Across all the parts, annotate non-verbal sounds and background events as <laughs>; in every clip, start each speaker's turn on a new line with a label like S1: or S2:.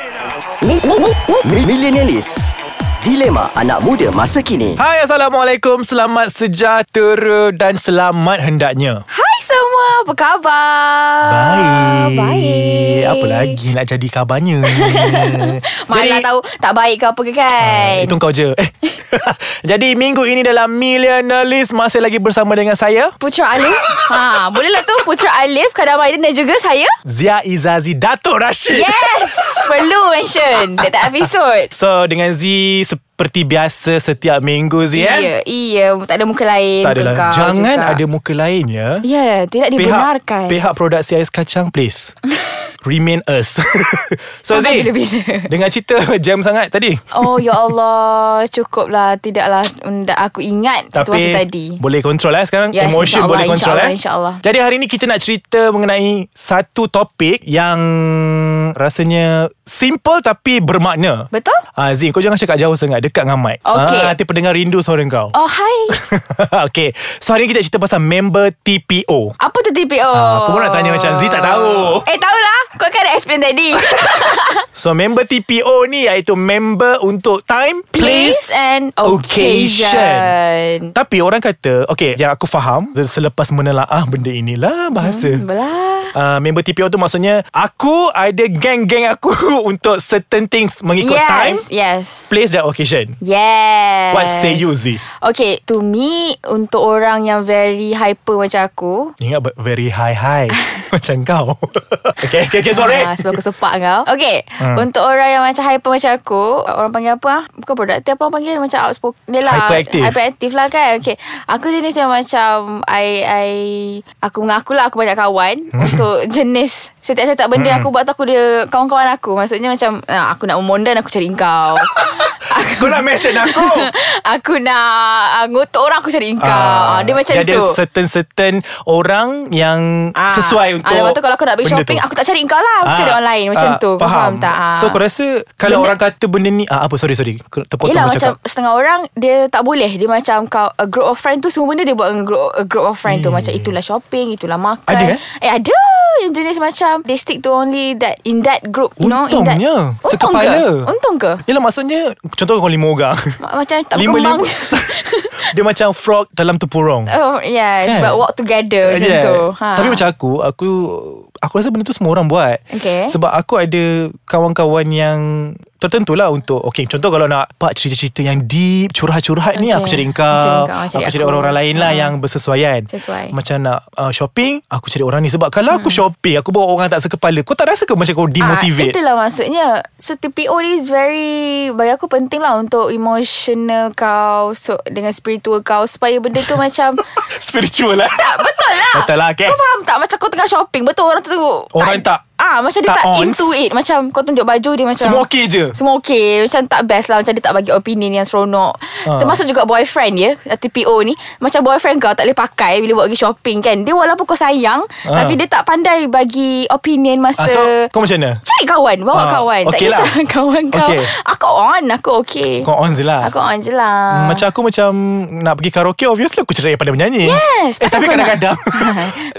S1: Mi- mi- mi- mi- Millenialis Dilema anak muda masa kini
S2: Hai Assalamualaikum Selamat sejahtera Dan selamat hendaknya
S3: Hai semua, apa khabar? Ha, Baik.
S2: Apa lagi nak jadi kabarnya
S3: <laughs> Malah tahu tak baik ke apa ke kan?
S2: Itu kau je Eh. <laughs> Jadi minggu ini dalam Millionaires Masih lagi bersama dengan saya
S3: Putra Alif. ha, bolehlah tu Putra Alif, Kadar Maiden dan juga saya.
S2: Zia Izazi Dato' Rashid
S3: Yes, perlu mention dekat episod.
S2: So dengan Z Seperti biasa Setiap minggu Z eh?
S3: Iya, iya, tak ada muka lain.
S2: Tak
S3: muka
S2: adalah
S3: kau
S2: Jangan
S3: juga.
S2: ada muka lain ya
S3: Ya, tidak dibenarkan.
S2: Pihak, pihak produk CIS Kacang
S3: <laughs>
S2: please Remain us <laughs> So Z
S3: Sampai bila-bila.
S2: Dengan cerita <laughs> jam sangat tadi
S3: Oh ya Allah Cukuplah Tidaklah unda- Aku ingat
S2: Tapi
S3: situasi tadi Ya,
S2: boleh kontrol lah sekarang
S3: Yes,
S2: Emotion
S3: insyaAllah,
S2: boleh kontrol
S3: insyaAllah,
S2: eh
S3: insyaAllah.
S2: Jadi hari ni kita nak cerita mengenai Satu topik yang Rasanya simple tapi bermakna
S3: Betul?
S2: Ah, Zin kau jangan cakap jauh sangat Dekat dengan mic
S3: Okay.
S2: ah, Nanti pendengar rindu suara kau <laughs>
S3: Oh hai
S2: Okay So hari ni kita cerita pasal member TPO
S3: Apa tu TPO?
S2: Ah, aku pun nak tanya macam Z tak tahu.
S3: Eh tahulah Kau kan dah explain
S2: <laughs>
S3: tadi
S2: So member TPO ni Iaitu member untuk time
S3: Place and occasion.
S2: Tapi orang kata Okay yang aku faham Selepas menelaah benda inilah Bahasa hmm,
S3: Belah.
S2: uh, member TPO tu maksudnya aku ada geng-geng aku <laughs> untuk certain things mengikut
S3: yes,
S2: time,
S3: yes.
S2: place dan occasion.
S3: Yes.
S2: What say you, Z?
S3: Okay, to me, untuk orang yang very hyper macam aku.
S2: Ingat ber- very high
S3: <laughs>
S2: high macam kau. <laughs> okay, okay, okay, Eh, sorry.
S3: Ah, sebab aku sepak kau. Okay, hmm. untuk orang yang macam hyper macam aku, orang panggil apa? ah? Bukan produktif, apa orang panggil macam outspoken. Dia lah.
S2: Hyperactive.
S3: Hyperactive lah kan. Okay, aku jenis yang macam, I, I, aku mengakulah aku banyak kawan. untuk jenis, setiap-setiap benda aku buat tu aku dia, kawan-kawan aku. Maksudnya macam, ah, aku nak memondan, aku cari kau.
S2: Kau nak mention
S3: <laughs>
S2: aku.
S3: aku nak uh, ngutuk orang aku cari engkau.
S2: Ah,
S3: Uh, dia macam
S2: ada
S3: tu.
S2: certain-certain orang yang
S3: Ah.
S2: sesuai untuk
S3: Ah, lepas tu kalau aku nak pergi
S2: benda
S3: shopping
S2: tu.
S3: Aku tak cari engkau lah Aku
S2: Ah,
S3: cari online Macam
S2: ah,
S3: tu Kau Faham tak Ah.
S2: So kau rasa Kalau
S3: Benda-
S2: orang kata benda ni ah, Apa sorry sorry Kau Terpotong
S3: Yelah
S2: macam
S3: macam Setengah orang Dia tak boleh Dia macam kau A group of friend tu Semua benda dia buat Dengan group, a group of friend tu Macam itulah shopping Itulah makan
S2: Hmm. Ada, eh?
S3: Eh ada Yang jenis macam They stick to only that In that group you know, in that,
S2: Untungnya
S3: Untung
S2: Sekepala
S3: ke Untung ke
S2: Yelah maksudnya Contoh kau lima orang <laughs>
S3: Ma- Macam tak
S2: Lima,
S3: berkembang
S2: lima. Dia macam frog dalam tepurung
S3: <laughs> Oh yes
S2: Kan?
S3: But walk together Macam
S2: Yeah.
S3: tu Ha.
S2: Tapi macam aku Aku Aku rasa benda tu semua orang buat
S3: Okay.
S2: Sebab aku ada Kawan-kawan yang Tertentu lah untuk Okay contoh kalau nak Pak cerita-cerita yang deep Curhat-curhat ni
S3: Okay.
S2: Aku cari
S3: Aku
S2: engkau
S3: cari engkau,
S2: Aku cari, orang-orang lain lah
S3: Ha.
S2: Yang bersesuaian
S3: Sesuai. Hmm.
S2: Macam nak uh, shopping Aku cari orang ni Sebab kalau aku shopping Aku bawa orang tak sekepala Kau tak rasa ke macam kau
S3: Ah,
S2: demotivate
S3: itulah maksudnya. So TPO ni is very bagi aku penting lah untuk emotional kau so, dengan spiritual kau supaya benda tu
S2: <laughs>
S3: macam
S2: <laughs> Spiritual lah
S3: tak betul lah.
S2: Betul lah, okay.
S3: Kau faham tak macam kau tengah shopping betul orang tu
S2: Orang tak-
S3: Ah macam dia
S2: tak
S3: tak,
S2: ons.
S3: into it macam kau tunjuk baju dia macam
S2: Semua okey je
S3: semua okay Macam tak best lah Macam dia tak bagi opinion yang seronok
S2: Ah.
S3: Termasuk juga boyfriend dia TPO ni Macam boyfriend kau tak boleh pakai Bila buat pergi shopping kan Dia walaupun kau sayang
S2: Ah.
S3: Tapi dia tak pandai bagi opinion
S2: Ah,
S3: masa
S2: so kau macam mana?
S3: Cari kawan Bawa
S2: Ah,
S3: ha, kawan
S2: okey
S3: Tak
S2: lah.
S3: kisah <laughs> kawan kau
S2: Okey.
S3: Aku on Aku okay
S2: Kau on je lah
S3: Aku on je lah
S2: Macam aku macam Nak pergi karaoke Obviously aku cerai pada menyanyi
S3: Yes
S2: eh, Tapi
S3: takkan kau nak- <laughs>
S2: kadang-kadang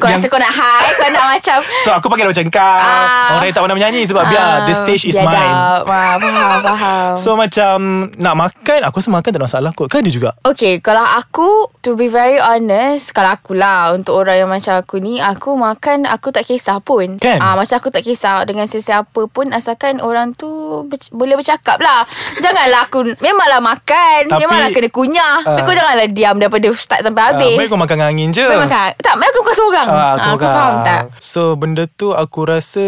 S3: Kau
S2: yang-
S3: rasa kau nak high Kau nak macam
S2: So aku pakai macam kau
S3: Ah.
S2: Orang yang tak pandai menyanyi Sebab biar
S3: ah,
S2: The stage is
S3: biadab.
S2: mine
S3: Wah, Faham Faham
S2: <laughs> So macam Nak makan Aku rasa makan tak ada masalah kot Kan ada juga
S3: Okay, kalau aku, to be very honest, kalau akulah, untuk orang yang macam aku ni, aku makan, aku tak kisah pun.
S2: Kan?
S3: Ah, macam aku tak kisah dengan sesiapa pun, asalkan orang tu ber- boleh bercakap lah. Janganlah aku, memanglah makan,
S2: Tapi-
S3: memanglah kena kunyah.
S2: Ah.
S3: Tapi kau janganlah diam daripada start sampai habis.
S2: Baik kau Ah, makan dengan angin je
S3: Memang kan? Tak, memang aku bukan seorang.
S2: Ah, tu
S3: kau
S2: kan.
S3: faham tak?
S2: So benda tu aku rasa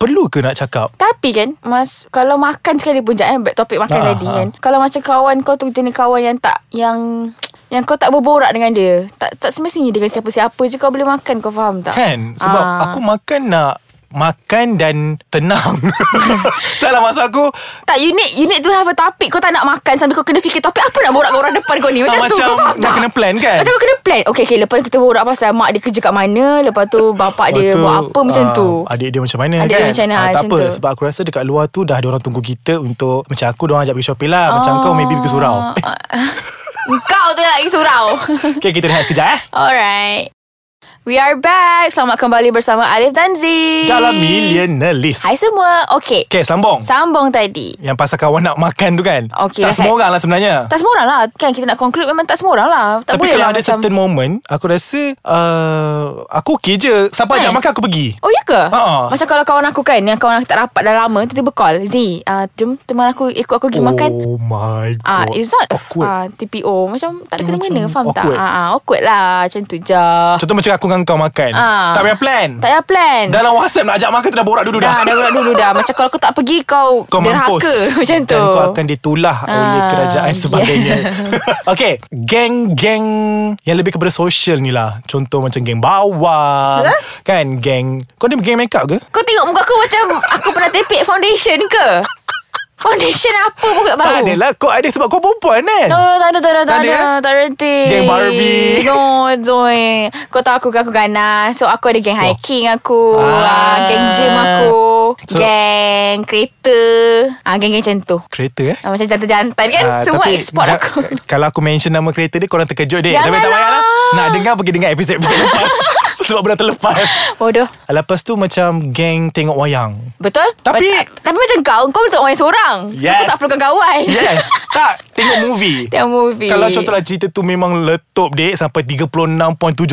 S2: Perlu ke nak cakap
S3: Tapi kan Mas Kalau makan sekali pun Jangan back topik makan
S2: Ah,
S3: tadi
S2: ah.
S3: kan Kalau macam kawan kau tu Jenis kawan yang tak Yang Yang kau tak berborak dengan dia Tak tak semestinya dengan siapa-siapa je Kau boleh makan Kau faham tak?
S2: Kan Sebab
S3: Ah.
S2: aku makan nak Makan dan
S3: <laughs>
S2: tenang <laughs> Taklah masa aku
S3: Tak you need You need to have a topic Kau tak nak makan Sambil kau kena fikir topik Apa nak borak dengan orang depan kau ni Macam
S2: Ah,
S3: tu
S2: macam
S3: Kau faham
S2: dah
S3: tak?
S2: kena plan kan?
S3: Macam kau kena plan Okay, okay lepas kita borak pasal Mak dia kerja kat mana Lepas tu Bapak dia
S2: Lepas tu,
S3: buat apa Macam
S2: ah,
S3: tu
S2: Adik dia macam mana
S3: Adik
S2: kan
S3: dia macam mana,
S2: Ah,
S3: ah,
S2: Tak
S3: macam
S2: apa
S3: tu.
S2: Sebab aku rasa dekat luar tu Dah ada orang tunggu kita Untuk Macam aku Diorang ajak pergi shopping lah Macam kau maybe pergi surau <laughs>
S3: Ah, ah. Kau tu yang nak pergi surau
S2: Okay kita rehat kejap eh
S3: Alright. We are back Selamat kembali bersama Alif Tanzi
S2: Dalam millionaire list
S3: Hai semua Okay,
S2: Okay sambung
S3: Sambung tadi
S2: Yang pasal kawan nak makan tu kan
S3: Okay,
S2: Tak
S3: dah
S2: semua
S3: saya-
S2: orang lah sebenarnya
S3: Tak semua orang lah Kan kita nak conclude Memang tak semua orang lah
S2: Tapi
S3: Tak boleh
S2: kalau
S3: lah
S2: ada
S3: macam
S2: certain moment Aku rasa uh, Aku okay je Siapa
S3: Kan?
S2: ajak makan aku pergi
S3: Oh ya ke?
S2: Ha.
S3: Macam kalau kawan aku kan Yang kawan aku tak rapat dah lama Tiba-tiba call Z uh, Jom teman aku Ikut aku pergi makan
S2: Oh my god
S3: Ah, uh, it's not
S2: Awkward
S3: uh, TPO Macam tak ada
S2: Macam
S3: kena-mena Faham tak?
S2: awkward.
S3: Ah, ah, awkward lah Macam tu je
S2: Contoh macam aku dengan kau makan
S3: Ah.
S2: Tak payah plan
S3: Tak payah plan
S2: Dalam WhatsApp nak ajak makan tu dah borak dulu
S3: Dah,
S2: dah
S3: dah borak dulu dah Macam kalau kau tak pergi Kau,
S2: Kau mampus
S3: derhaka <laughs> Macam tu
S2: Dan kau akan ditulah
S3: Ah,
S2: oleh kerajaan
S3: yeah. <laughs>
S2: sebagainya Okay Geng-geng Yang lebih kepada social ni lah Contoh macam geng bawang
S3: Huh?
S2: Kan geng Kau ada geng makeup ke?
S3: Kau tengok muka aku macam Aku pernah tepek foundation ke? Foundation apa pun aku tak tahu
S2: Tak adalah Kau ada sebab kau perempuan kan
S3: No, no, tak ada, tak ada, tak
S2: Tak ada, eh?
S3: ada, tak reti.
S2: Geng Barbie.
S3: <laughs> No, Zoe. Kau tahu aku kan aku ganas. So, aku ada geng hiking
S2: Oh.
S3: aku.
S2: Ah.
S3: Ah. geng gym aku.
S2: So-
S3: geng kereta. Ah, geng-geng macam tu.
S2: Kereta eh
S3: Ah, macam jantan-jantan kan.
S2: Ah,
S3: Semua
S2: tapi
S3: ekspor
S2: ja-
S3: aku. <laughs>
S2: <laughs> Kalau aku mention nama kereta dia Korang terkejut dia Tapi tak
S3: Janganlah.
S2: payahlah Nak dengar pergi dengar episod-episod <laughs> lepas Sebab benda
S3: <laughs>
S2: terlepas
S3: Bodoh.
S2: Lepas tu macam Geng tengok wayang
S3: Betul?
S2: Tapi-
S3: Bet- tapi macam kau, kau boleh tengok orang seorang.
S2: Yes.
S3: So, kau tak perlukan kawan.
S2: Yes Tak Tengok movie
S3: Tengok movie.
S2: Kalau contohlah cerita tu Memang letup dek Sampai 36.7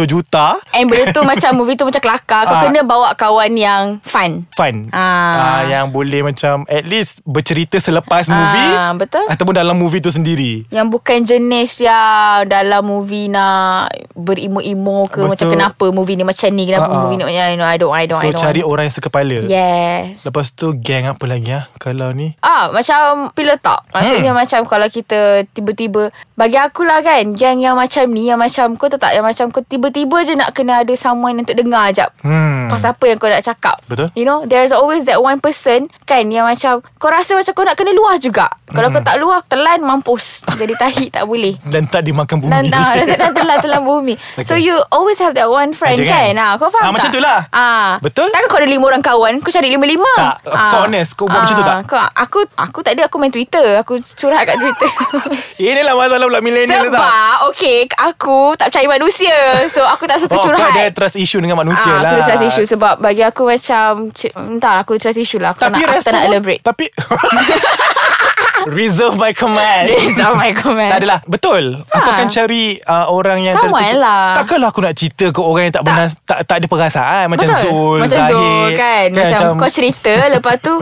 S2: juta
S3: <laughs> And benda tu macam movie tu macam kelakar. Kau
S2: Ah.
S3: kena bawa kawan yang fun.
S2: Fun
S3: Ah. Ah,
S2: Ah, Yang boleh macam At least Bercerita selepas movie
S3: betul.
S2: Ataupun dalam movie tu sendiri
S3: Yang bukan jenis yang dalam movie nak berimo-imo
S2: Betul.
S3: ke Betul. macam kenapa movie ni macam ni
S2: Ah, ah.
S3: kenapa uh-uh. movie ni macam you know, I don't I don't
S2: So
S3: I don't.
S2: cari orang yang sekepala
S3: Yes.
S2: Lepas tu geng apa lagi ah Kalau ni
S3: Ah macam pilot tak Maksudnya hmm. macam Kalau kita tiba-tiba Bagi akulah kan Gang yang macam ni Yang macam Kau tahu tak Yang macam kau tiba-tiba je Nak kena ada someone Untuk dengar jap
S2: Hmm.
S3: Pasal apa yang kau nak cakap
S2: Betul.
S3: You know There's always that one person Kan yang macam Kau rasa macam kau nak kena luah juga Kalau
S2: Hmm.
S3: kau tak luah Telan mampus Jadi tahi tak boleh
S2: Dan tak dimakan bumi
S3: Dan ah,
S2: <laughs>
S3: <laughs> dan, dan telan telan bumi okay. So you always have that one friend
S2: Ada kan?
S3: kan, ah, Kau
S2: Ah,
S3: faham tak?
S2: macam tu lah.
S3: ah.
S2: Betul?
S3: Takkan kau ada lima orang kawan Kau cari lima-lima Ah.
S2: Tak, kau honest, kau buat macam tu tak?
S3: kau, Aku aku tak ada Aku main Twitter Aku curhat
S2: <laughs>
S3: kat Twitter <laughs>
S2: Inilah masalah pula milenial tu tak
S3: Sebab Okay Aku tak percaya manusia So aku tak
S2: Oh
S3: suka
S2: kau
S3: curhat
S2: ada trust issue dengan manusia
S3: Ah,
S2: lah
S3: aku ada trust issue sebab bagi aku macam c- entahlah aku ada trust issue lah aku
S2: Tapi
S3: tak nak, aku tak
S2: respon
S3: nak
S2: pun-
S3: elaborate
S2: Tapi Reserve by command
S3: <laughs> Yes, oh my comment
S2: Tak adalah Betul Aku
S3: Ha.
S2: akan cari uh, Orang yang
S3: Someone
S2: tertutup.
S3: lah.
S2: Takkanlah aku nak cerita Ke orang yang tak
S3: Tak.
S2: benar Tak, tak ada perasaan Macam
S3: Betul.
S2: Zul
S3: Macam
S2: Zahir
S3: Zul kan, macam, macam kau cerita Lepas
S2: <laughs>
S3: tu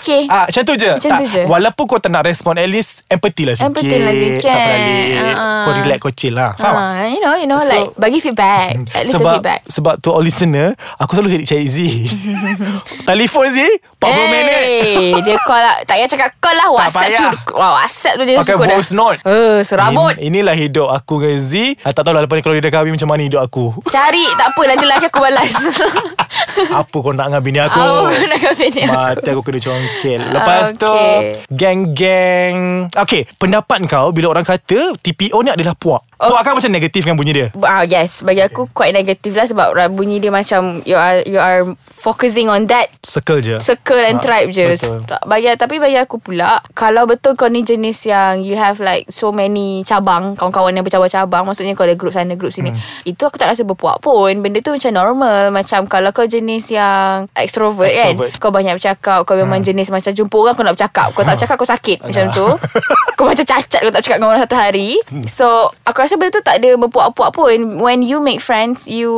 S3: Okay
S2: Ah, macam tu je
S3: Macam
S2: tak,
S3: tu je.
S2: Walaupun kau tak nak respon At least empathy lah sikit
S3: Empathy lah sikit.
S2: Tak beralik
S3: Ah.
S2: Kau relax kau chill lah Faham tak?
S3: Ah, you know, you know,
S2: So-
S3: so, like bagi
S2: <laughs>
S3: feedback, at least a
S2: sebab,
S3: feedback.
S2: Sebab to all listener Aku selalu cari
S3: <laughs>
S2: cari Z Telefon Z 40 hey. minit
S3: Eh, dia call lah. Tak payah cakap call lah. WhatsApp
S2: payah.
S3: tu. Wah, WhatsApp tu dia
S2: Pakai
S3: cukup
S2: voice note
S3: Eh, serabut.
S2: In, Inilah hidup aku dengan Z Ah, Tak tahulah lepas ni Kalau dia dah kahwin Macam mana hidup
S3: <laughs>
S2: aku
S3: Cari. Tak apa. Nanti lagi aku
S2: <laughs>
S3: balas. <laughs>
S2: Apa kau nak dengan bini aku
S3: Apa kau nak dengan bini aku?
S2: Mata aku kena congkel Lepas tu
S3: Okay.
S2: Geng-geng Okay Pendapat kau Bila orang kata TPO ni adalah puak
S3: Oh.
S2: Puak kan macam negatif kan bunyi dia
S3: Ah yes, bagi aku quite negative lah sebab ra- bunyi dia macam you are you are focusing on that
S2: Circle je
S3: circle
S2: Ah,
S3: and tribe je.
S2: betul.
S3: Tak- Bagi tapi bagi aku pula kalau betul kau ni jenis yang you have like so many cabang, kawan-kawan yang bercabang-cabang, maksudnya kau ada group sana group sini. Hmm. Itu aku tak rasa berpuak pun. Benda tu macam normal. Macam kalau kau jenis yang extrovert,
S2: Extrovert. Hmm.
S3: kan, kau banyak bercakap, kau memang jenis macam jumpa orang kau nak bercakap.
S2: <laughs>
S3: Kau tak bercakap kau sakit macam
S2: Alah. <laughs>
S3: tu. kau macam cacat kau tak bercakap dengan orang satu hari.
S2: Hmm.
S3: So, aku rasa benda tu tak ada berpuak-puak pun. When you make friends, you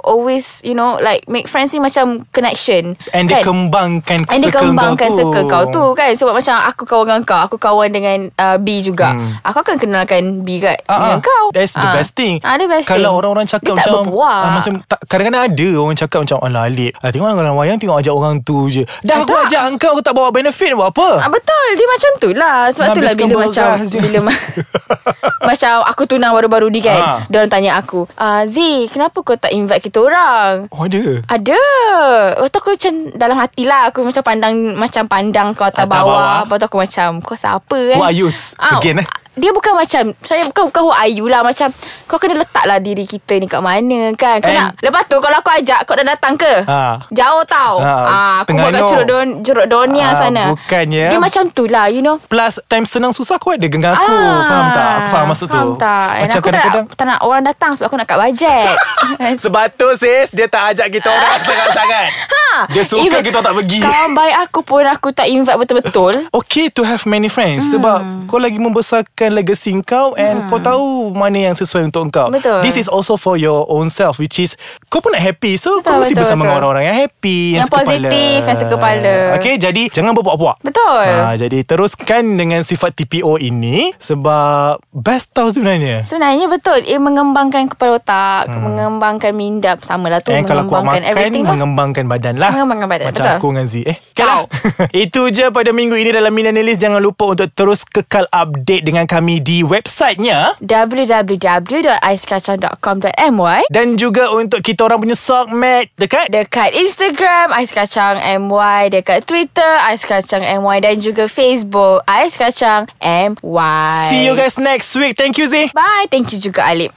S3: always, you know, like make friends ni macam connection. Kan?
S2: And dia kembangkan
S3: And dia
S2: circle
S3: kembangkan
S2: kau tu.
S3: circle kau tu kan Sebab macam aku kawan dengan kau Aku kawan dengan uh, B juga hmm. Aku akan kenalkan B kat
S2: Ah,
S3: dengan
S2: ah.
S3: kau
S2: That's the
S3: Ah.
S2: best thing
S3: ah, the best
S2: Kalau
S3: thing.
S2: orang-orang cakap
S3: Dia
S2: macam
S3: tak berpuak
S2: ah, macam, tak, Kadang-kadang ada orang cakap macam Alah Alip ah, Tengok orang wayang Tengok ajak orang tu je Dah aku
S3: tak.
S2: ajak engkau Aku tak bawa benefit buat apa
S3: Ah, betul Dia macam tu lah Sebab tu lah
S2: Habiskan
S3: bila
S2: beras
S3: macam
S2: je.
S3: Bila
S2: <laughs>
S3: ma- Macam aku tunang baru-baru ni kan
S2: Ah.
S3: Dia Diorang tanya aku ah, Z kenapa kau tak invite kita orang
S2: Oh ada
S3: ada Lepas tu aku macam Dalam hati lah Aku macam pandang Macam pandang kau
S2: Atas
S3: atas
S2: bawah.
S3: bawah Lepas tu aku macam Kau siapa eh
S2: Who are yous? Again, eh?
S3: dia bukan macam saya bukan bukan who are you lah macam kau kena letaklah diri kita ni kat mana kan. Kau
S2: And-
S3: nak lepas tu kalau aku ajak kau dah datang ke?
S2: Ha.
S3: Jauh tau.
S2: Ha,
S3: Ah, aku
S2: tengah
S3: buat kat
S2: elok.
S3: Curug Don Curug Donia
S2: Ah,
S3: sana.
S2: bukannya.
S3: Dia macam tu lah you know.
S2: Plus time senang susah aku ada genggang aku ah, Faham tak? Aku faham maksud
S3: faham
S2: tu
S3: tak. Macam
S2: Macam
S3: aku
S2: kadang-kadang
S3: tak, nak, tak nak orang datang Sebab aku nak kat bajet
S2: <laughs> Sebab tu sis Dia tak ajak kita orang sangat-sangat
S3: <laughs>
S2: Dia suka
S3: Ha, Even
S2: kita tak pergi
S3: Kawan baik aku pun Aku tak invite
S2: <laughs>
S3: betul-betul
S2: Okay to have many friends hmm. Sebab kau lagi membesarkan legacy kau And hmm. kau tahu mana yang sesuai untuk kau
S3: Betul.
S2: This is also for your own self Which is Kau pun nak happy So kau
S3: Betul,
S2: mesti
S3: betul,
S2: bersama
S3: betul.
S2: dengan orang-orang yang happy
S3: Yang positif, yang sekepala.
S2: Okay jadi Jangan berpuak-puak
S3: Betul.
S2: ha, Jadi teruskan dengan sifat TPO ini Sebab Best tau sebenarnya
S3: Sebenarnya betul Ia mengembangkan kepala otak hmm. Mengembangkan mindap Sama lah tu
S2: Eh, kalau kuat makan
S3: Mengembangkan everything lah
S2: Mengembangkan badan lah
S3: Mengembangkan badan,
S2: Macam
S3: betul.
S2: aku dengan Z Eh
S3: Kau.
S2: kalah. <laughs> Itu je pada minggu ini Dalam Millennialis Jangan lupa untuk terus Kekal update dengan kami Di websitenya
S3: www.aiskacang.com.my
S2: Dan juga untuk kita orang punya Sogmat Dekat
S3: Dekat Instagram Ais Kacang MY Dekat Twitter Ais Kacang MY Dan juga Facebook Ais Kacang MY
S2: See you guys next week Thank you Z
S3: Bye Thank you juga Alip